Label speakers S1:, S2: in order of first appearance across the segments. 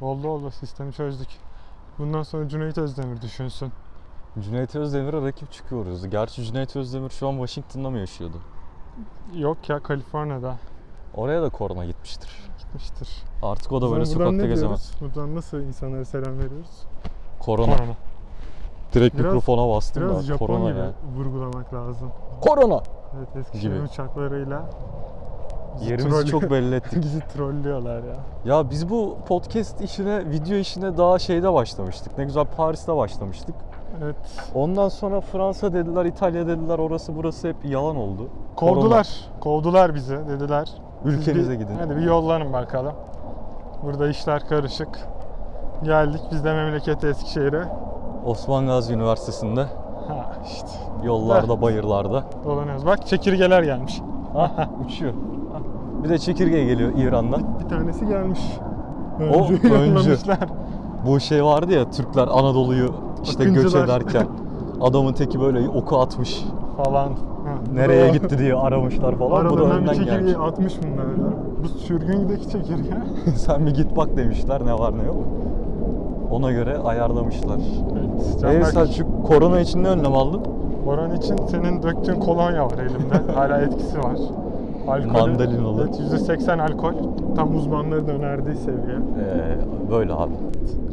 S1: Mollaoğlu sistemi çözdük. Bundan sonra Cüneyt Özdemir düşünsün.
S2: Cüneyt Özdemir'e rakip çıkıyoruz. Gerçi Cüneyt Özdemir şu an Washington'da mı yaşıyordu?
S1: Yok ya Kaliforniya'da
S2: Oraya da korona gitmiştir.
S1: gitmiştir.
S2: Artık o
S1: O
S2: da
S1: zaman
S2: böyle
S1: buradan
S2: sokakta
S1: ne
S2: gezemez.
S1: diyoruz? Buradan nasıl insanlara selam veriyoruz?
S2: Korona. Direkt
S1: Biraz-
S2: mikrofona bastım
S1: Biraz
S2: da.
S1: Japon
S2: korona
S1: gibi
S2: ya.
S1: vurgulamak lazım.
S2: Korona!
S1: Evet Eskişehir'in
S2: Gibi.
S1: uçaklarıyla bizi
S2: Yerimizi
S1: troll-
S2: çok belli ettik.
S1: bizi trollüyorlar ya.
S2: Ya biz bu podcast işine, video işine daha şeyde başlamıştık. Ne güzel Paris'te başlamıştık.
S1: Evet.
S2: Ondan sonra Fransa dediler, İtalya dediler, orası burası hep yalan oldu.
S1: Kovdular. Kovdular bizi dediler. Siz
S2: Ülkenize
S1: bir-
S2: gidin.
S1: Hadi bir yollanın bakalım. Burada işler karışık. Geldik biz de memleket Eskişehir'e.
S2: Osman Gazi Üniversitesi'nde,
S1: Ha işte
S2: yollarda, bayırlarda.
S1: dolanıyoruz. Bak çekirgeler gelmiş.
S2: Uçuyor. Bir de çekirge geliyor İran'dan.
S1: Bir tanesi gelmiş.
S2: O
S1: Öncü
S2: öncü.
S1: yollamışlar.
S2: Bu şey vardı ya Türkler Anadolu'yu işte göç
S1: Akıncılar.
S2: ederken adamın teki böyle oku atmış.
S1: falan. Ha, bu
S2: Nereye
S1: da-
S2: gitti diye aramışlar falan. Bu da
S1: Aralarından bir
S2: önden
S1: çekirgeyi
S2: gelmiş.
S1: atmış bunlar öyle. Bu sürgündeki çekirge.
S2: Sen bir git bak demişler ne var ne yok. Ona göre ayarlamışlar.
S1: Evet.
S2: Ee
S1: Canberk,
S2: Selçuk korona için ne önlem aldın?
S1: Boran için senin döktüğün kolonya var elimde. Hala etkisi var. Alkolü,
S2: Mandalinalı.
S1: Evet, %80 alkol. Tam uzmanların önerdiği seviye.
S2: Ee, böyle abi.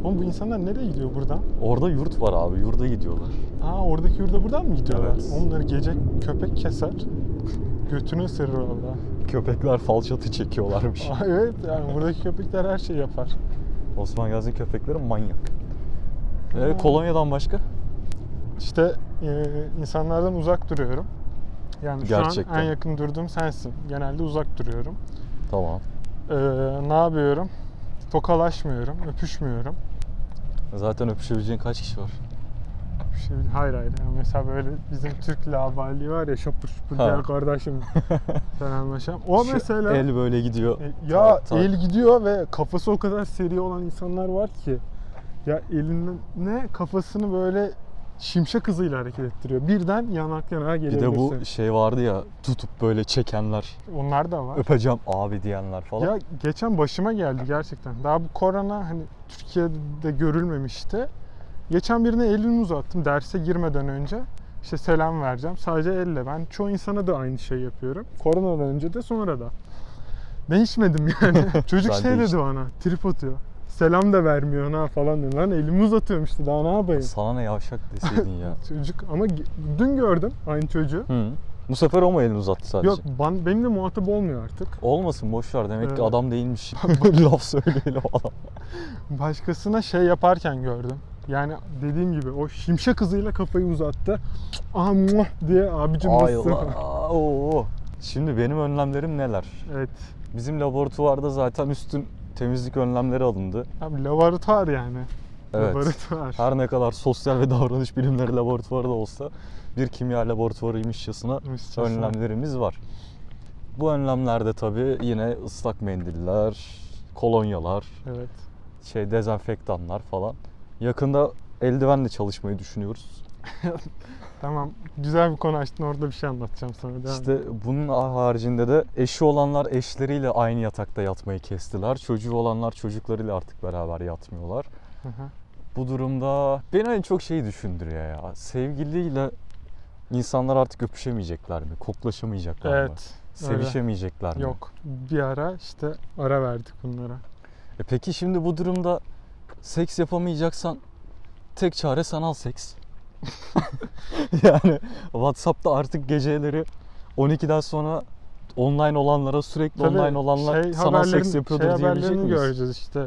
S1: Oğlum bu insanlar nereye gidiyor buradan?
S2: Orada yurt var abi. Yurda gidiyorlar.
S1: Aa oradaki yurda buradan mı gidiyorlar?
S2: Evet.
S1: Onları gece köpek keser. Götünü ısırır valla.
S2: Köpekler falçatı çekiyorlarmış.
S1: Aa, evet yani buradaki köpekler her şeyi yapar.
S2: Osman Gazi köpekleri manyak.
S1: Ha.
S2: Ee, kolonyadan başka?
S1: İşte e, insanlardan uzak duruyorum. Yani şu
S2: Gerçekten.
S1: an en yakın durduğum sensin. Genelde uzak duruyorum.
S2: Tamam.
S1: Ee, ne yapıyorum? Tokalaşmıyorum, öpüşmüyorum.
S2: Zaten öpüşebileceğin kaç kişi var?
S1: Şey, hayır hayır. Yani mesela böyle bizim Türk labali var ya şapur şupur
S2: Ha.
S1: gel kardeşim selamlaşalım. O
S2: Şu
S1: mesela
S2: El böyle gidiyor.
S1: E, Ya
S2: Tak, tak.
S1: el gidiyor ve kafası o kadar seri olan insanlar var ki ya eline kafasını böyle şimşek hızıyla hareket ettiriyor. Birden yanak yanağa
S2: Bir de
S1: gelebilirsin.
S2: bu şey vardı ya tutup böyle çekenler,
S1: Onlar da var.
S2: öpeceğim abi diyenler falan.
S1: Ya geçen başıma geldi gerçekten. Daha bu korona hani Türkiye'de görülmemişti. Geçen birine elimi uzattım derse girmeden önce. İşte selam vereceğim. Sadece elle. Ben çoğu insana da aynı şey yapıyorum. Koronadan önce de sonra da. Değişmedim yani. Çocuk
S2: Ben
S1: şey dedi
S2: değiştim.
S1: bana. Trip atıyor. Selam da vermiyor ha falan dedi. Lan elimi uzatıyorum işte daha ne yapayım.
S2: Sana ne yavşak deseydin ya.
S1: Çocuk ama ge- dün gördüm aynı çocuğu.
S2: Hı. Bu sefer o mu elini uzattı sadece?
S1: Yok ben, benimle muhatap olmuyor artık.
S2: Olmasın boşver demek ki
S1: Evet.
S2: adam değilmiş. Laf söyleyelim adam.
S1: başkasına şey yaparken gördüm. Yani dediğim gibi o şimşek hızıyla kafayı uzattı. Ah muah diye abicim
S2: Ay
S1: nasılsın?
S2: Allah, oo. Şimdi benim önlemlerim neler?
S1: Evet.
S2: Bizim laboratuvarda zaten üstün temizlik önlemleri alındı.
S1: Abi laboratuvar yani.
S2: Evet.
S1: Laboratuvar.
S2: Her ne kadar sosyal ve davranış bilimleri laboratuvarı da olsa bir kimya laboratuvarıymışçasına
S1: Müstesna.
S2: önlemlerimiz var. Bu önlemlerde tabii yine ıslak mendiller, kolonyalar,
S1: Evet.
S2: şey dezenfektanlar falan. Yakında eldivenle çalışmayı düşünüyoruz.
S1: Tamam. Güzel bir konu açtın. Orada bir şey anlatacağım sana. Devam.
S2: İşte bunun haricinde de eşi olanlar eşleriyle aynı yatakta yatmayı kestiler. Çocuğu olanlar çocuklarıyla artık beraber yatmıyorlar.
S1: Hı hı.
S2: Bu durumda beni en çok şey düşündürüyor ya. Sevgiliyle insanlar artık öpüşemeyecekler mi? Koklaşamayacaklar mı?
S1: evet. öyle.
S2: Sevişemeyecekler mi?
S1: Yok. Bir ara işte ara verdik bunlara.
S2: E peki şimdi bu durumda seks yapamayacaksan tek çare sanal seks. yani WhatsApp'ta artık geceleri 12'den sonra online olanlara sürekli
S1: Tabii
S2: online olanlar
S1: şey
S2: sanal seks
S1: haberlerin-
S2: yapıyordur
S1: şey
S2: diyebilecek
S1: haberlerini
S2: miyiz?
S1: göreceğiz işte.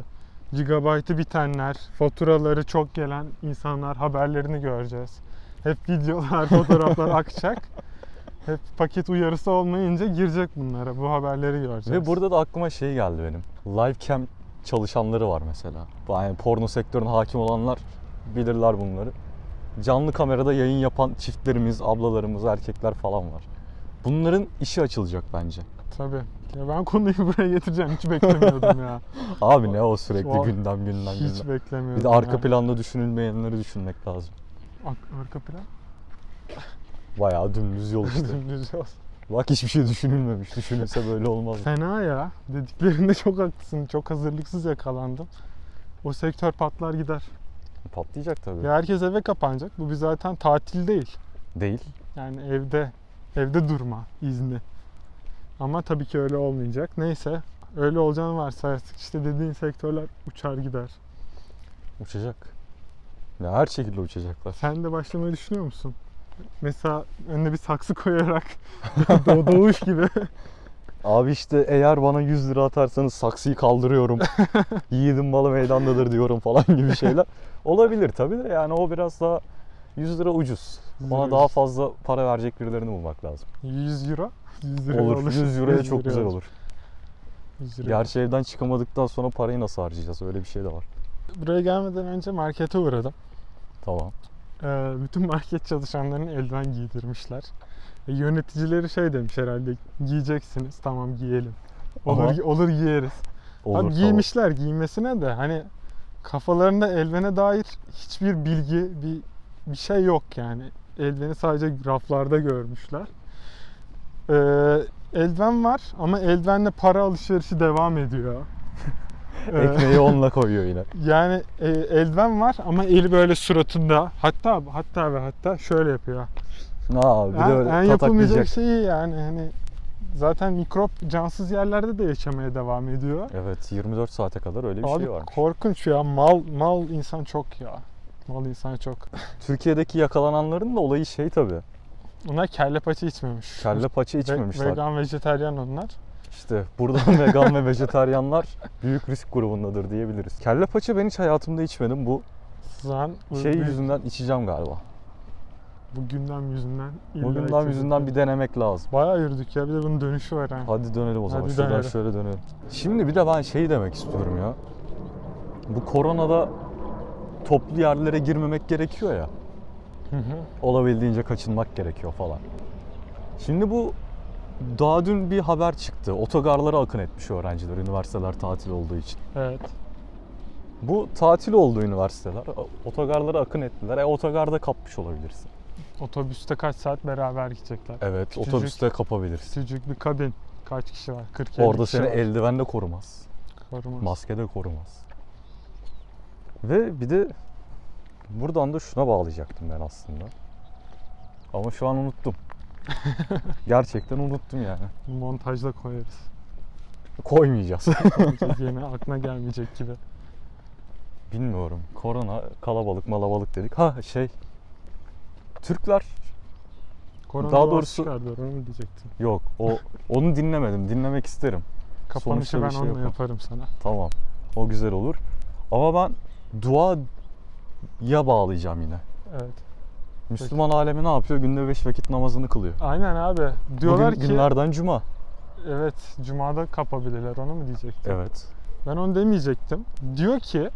S1: Gigabaytı bitenler, faturaları çok gelen insanlar haberlerini göreceğiz. Hep videolar, fotoğraflar akacak. Hep paket uyarısı olmayınca girecek bunlara. Bu haberleri göreceğiz.
S2: Ve burada da aklıma şey geldi benim. Live cam çalışanları var mesela. Yani porno sektörüne hakim olanlar bilirler bunları. Canlı kamerada yayın yapan çiftlerimiz, ablalarımız, erkekler falan var. Bunların işi açılacak bence.
S1: Tabii. Ya ben konuyu buraya getireceğim. Hiç beklemiyordum ya.
S2: Abi ne o sürekli
S1: Vay.
S2: gündem gündem
S1: Hiç
S2: gündem.
S1: beklemiyordum.
S2: Bir de arka
S1: ya.
S2: planda düşünülmeyenleri düşünmek lazım.
S1: Ak- arka plan?
S2: Bayağı dümdüz yol işte.
S1: Dümdüz olsun.
S2: Bak hiçbir şey düşünülmemiş. Düşünülse böyle olmaz.
S1: Fena ya. Dediklerinde çok haklısın. Çok hazırlıksız yakalandım. O sektör patlar gider.
S2: Patlayacak tabii.
S1: Ya herkes eve kapanacak. Bu bir zaten tatil değil.
S2: Değil.
S1: Yani evde evde durma izni. Ama tabii ki öyle olmayacak. Neyse öyle olacağını varsayarsak işte dediğin sektörler uçar gider.
S2: Uçacak. Ya her şekilde uçacaklar.
S1: Sen de başlamayı düşünüyor musun? Mesela önüne bir saksı koyarak doğ- doğuş gibi.
S2: Abi işte eğer bana 100 lira atarsanız saksıyı kaldırıyorum. Yiğidim malı meydandadır diyorum falan gibi şeyler. Olabilir tabii de yani o biraz daha 100 lira ucuz.
S1: Yüz
S2: Bana
S1: lira
S2: daha
S1: ucuz.
S2: fazla para verecek birilerini bulmak lazım.
S1: 100 euro. 100 euro
S2: Olur. 100 euroya çok güzel
S1: olur.
S2: olur.
S1: 100 euro.
S2: Gerçi evden çıkamadıktan sonra parayı nasıl harcayacağız? Öyle bir şey de var.
S1: Buraya gelmeden önce markete uğradım.
S2: Tamam.
S1: Ee, bütün market çalışanlarını eldiven giydirmişler. E, yöneticileri şey demiş herhalde giyeceksiniz tamam giyelim. Olur,
S2: Ama-
S1: gi- olur giyeriz.
S2: Olur.
S1: Abi
S2: tamam.
S1: giymişler giymesine de hani kafalarında eldivene dair hiçbir bilgi bir bir şey yok yani. Eldiveni sadece raflarda görmüşler. Ee, eldiven var ama eldivenle para alışverişi devam ediyor. Ee,
S2: Ekmeği onunla koyuyor yine.
S1: yani e, eldiven var ama eli böyle suratında. Hatta hatta ve hatta şöyle yapıyor.
S2: Aa, bir de
S1: En,
S2: öyle
S1: en yapılmayacak
S2: tataklayacak.
S1: şeyi yani hani zaten mikrop cansız yerlerde de yaşamaya devam ediyor.
S2: Evet 24 saate kadar öyle bir
S1: şey. Abi
S2: şey varmış.
S1: korkunç ya. Mal mal insan çok ya. Mal insan çok.
S2: Türkiye'deki yakalananların da olayı şey tabii.
S1: Onlar kelle paça içmemiş.
S2: Kelle paça
S1: Ve-
S2: içmemişler.
S1: Vegan, vejetaryen onlar.
S2: İşte buradan vegan ve vejetaryenler büyük risk grubundadır diyebiliriz. Kelle paça ben hiç hayatımda içmedim. Bu
S1: Sızan bu-
S2: şey
S1: bu-
S2: yüzünden içeceğim galiba.
S1: Bu gündem yüzünden. illa
S2: Bu gündem
S1: içecek.
S2: yüzünden bir denemek lazım.
S1: Bayağı yürüdük ya. Bir de bunun dönüşü var. ha.
S2: Hadi dönelim o zaman.
S1: Hadi
S2: Şuradan
S1: dönelim.
S2: şöyle dönelim. Şimdi bir de ben şey demek istiyorum ya. Bu koronada toplu yerlere girmemek gerekiyor ya.
S1: Hı hı.
S2: olabildiğince kaçınmak gerekiyor falan. Şimdi bu daha dün bir haber çıktı. Otogarlara akın etmiş öğrenciler üniversiteler tatil olduğu için.
S1: evet.
S2: Bu tatil oldu üniversiteler. Otogarlara akın ettiler. E otogarda kapmış olabilirsin.
S1: Otobüste kaç saat beraber gidecekler.
S2: Evet,
S1: Küçücük.
S2: otobüste kapabilirsin.
S1: Küçücük bir kabin. Kaç kişi var? 40 50
S2: Orada
S1: kişi
S2: seni
S1: var.
S2: eldivenle korumaz.
S1: Korumaz.
S2: Maske de korumaz. Ve bir de buradan da şuna bağlayacaktım ben aslında. Ama şu an unuttum. Gerçekten unuttum yani.
S1: Montajda koyarız.
S2: Koymayacağız.
S1: Montaj Yeni aklına gelmeyecek gibi.
S2: Bilmiyorum. Korona, kalabalık, malabalık dedik. Ha şey. Türkler.
S1: Korona
S2: Daha
S1: Daha
S2: doğrusu-
S1: doğrusu... çıkardı. Onu mu diyecektim.
S2: Yok. O onu dinlemedim. Dinlemek isterim. Sonuçta
S1: Kapanışı ben
S2: bir şey
S1: onunla
S2: yapalım.
S1: yaparım sana.
S2: Tamam. O güzel olur. Ama ben dua ya bağlayacağım yine.
S1: Evet.
S2: Müslüman alemi ne yapıyor? Günde 5 vakit namazını kılıyor.
S1: Aynen abi. Diyorlar
S2: Bugün
S1: ki
S2: günlerden cuma.
S1: evet cumada kapabilirler onu mu diyecektim.
S2: Evet.
S1: Ben onu demeyecektim. Diyor ki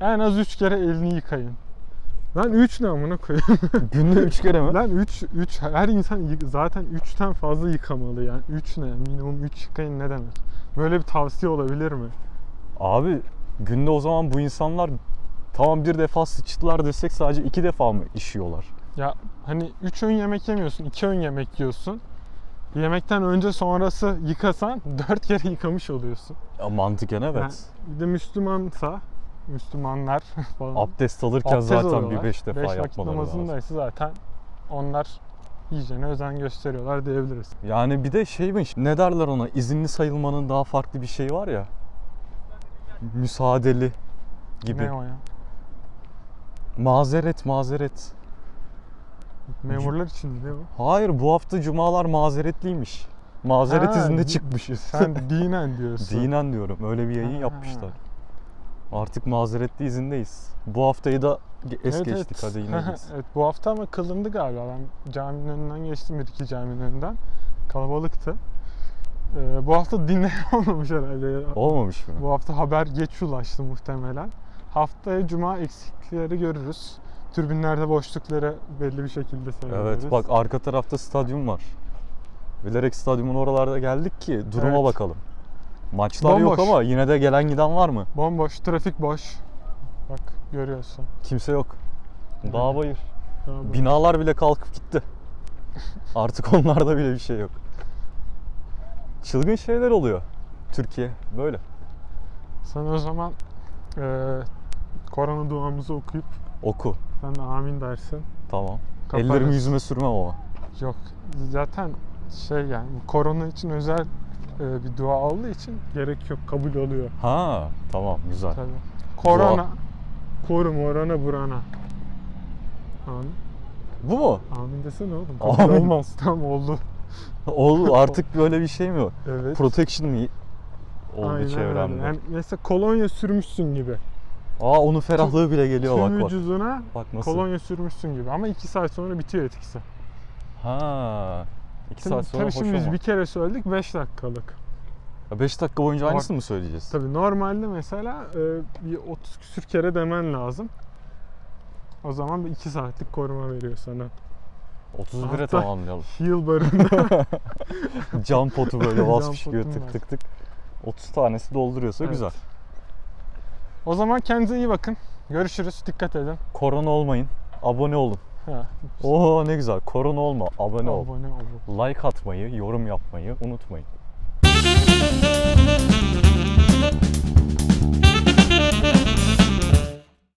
S1: en az 3 kere elini yıkayın. Lan 3 ne amına koyayım?
S2: Günde 3 kere mi?
S1: Lan 3 3 her insan yı- zaten 3'ten fazla yıkamalı yani. 3 ne? Minimum 3 yıkayın ne demek? Böyle bir tavsiye olabilir mi?
S2: Abi günde o zaman bu insanlar tamam bir defa sıçtılar desek sadece iki defa mı işiyorlar?
S1: Ya hani 3 öğün yemek yemiyorsun, 2 öğün yemek yiyorsun. Yemekten önce sonrası yıkasan 4 kere yıkamış oluyorsun.
S2: Ya mantıken evet.
S1: Yani Bir de Müslümansa Müslümanlar falan.
S2: Abdest alırken
S1: Abdest
S2: zaten
S1: alıyorlar.
S2: bir 5 defa
S1: Beş vakit
S2: yapmaları lazım.
S1: namazındaysa zaten onlar hijyene özen gösteriyorlar diyebiliriz.
S2: Yani bir de şeymiş, ne derler ona? İzinli sayılmanın daha farklı bir şey var ya. Müsaadeli gibi.
S1: Ne o ya?
S2: Mazeret, mazeret.
S1: Memurlar için ne o?
S2: Hayır, bu hafta cumalar mazeretliymiş. Mazeret
S1: Ha,
S2: izinde
S1: di-
S2: çıkmışız.
S1: Sen dinen diyorsun.
S2: Dinen diyorum, öyle bir yayın
S1: Ha.
S2: yapmışlar. Artık mazeretli izindeyiz. Bu haftayı da ge- es
S1: Evet,
S2: geçtik
S1: evet.
S2: hadi yine biz.
S1: evet, bu hafta ama kılındı galiba. Ben caminin önünden geçtim bir iki caminin önünden. Kalabalıktı. Ee, bu hafta dinleyen olmamış herhalde. ya.
S2: Olmamış mı?
S1: Bu hafta haber geç ulaştı muhtemelen. Haftaya cuma eksiklikleri görürüz. Türbinlerde boşlukları belli bir şekilde
S2: Evet
S1: seyrederiz.
S2: bak arka tarafta stadyum var. Bilerek stadyumun oralarda geldik ki duruma
S1: Evet.
S2: bakalım. Maçlar yok
S1: Bomboş.
S2: ama yine de gelen giden var mı?
S1: Bomboş, trafik boş. Bak görüyorsun.
S2: Kimse yok.
S1: Evet.
S2: Dağ bayır.
S1: Daha böyle.
S2: Binalar bile kalkıp gitti. Artık onlarda bile bir şey yok. Çılgın şeyler oluyor. Türkiye böyle.
S1: Sana o zaman Ee, Korona duamızı okuyup
S2: Oku.
S1: sen de amin dersin.
S2: Tamam.
S1: Kaparız.
S2: Ellerimi yüzüme sürmem ama.
S1: Yok. Zaten şey yani bu korona için özel e, bir dua olduğu için gerek yok. Kabul oluyor.
S2: Ha tamam güzel.
S1: Tabii. Korona. Koru morana burana. Amin.
S2: Bu mu?
S1: Amin desene oğlum. Kabul
S2: Amin.
S1: olmaz. Tamam oldu.
S2: Ol artık böyle bir şey mi? var?
S1: Evet.
S2: Protection mi? Oldu
S1: Aynen öyle.
S2: çevremde.
S1: Yani mesela kolonya sürmüşsün gibi.
S2: Aa onun ferahlığı bile geliyor
S1: Tüm
S2: bak bak.
S1: vücuduna
S2: Bak nasıl.
S1: kolonya sürmüşsün gibi. Ama iki saat sonra bitiyor etkisi.
S2: Ha. 2
S1: Şimdi,
S2: saat sonra
S1: tabii
S2: hoş
S1: şimdi biz
S2: ama.
S1: bir kere söyledik 5 dakikalık.
S2: 5 dakika boyunca aynısını mı söyleyeceğiz?
S1: Tabii normalde mesela e, bir 30 küsür kere demen lazım. O zaman 2 saatlik koruma veriyor sana.
S2: 31'e
S1: Hatta-
S2: tamamlayalım.
S1: Heal barında.
S2: Cam potu böyle
S1: Cam
S2: basmış gibi
S1: potum
S2: tık
S1: var.
S2: tık tık. 30 tanesi dolduruyorsa
S1: Evet.
S2: güzel.
S1: o zaman kendinize iyi bakın. Görüşürüz. Dikkat edin.
S2: Korona olmayın. Abone olun.
S1: Ha,
S2: Oo ne güzel. Korona olma. Abone ol.
S1: abone ol.
S2: Like atmayı, yorum yapmayı unutmayın.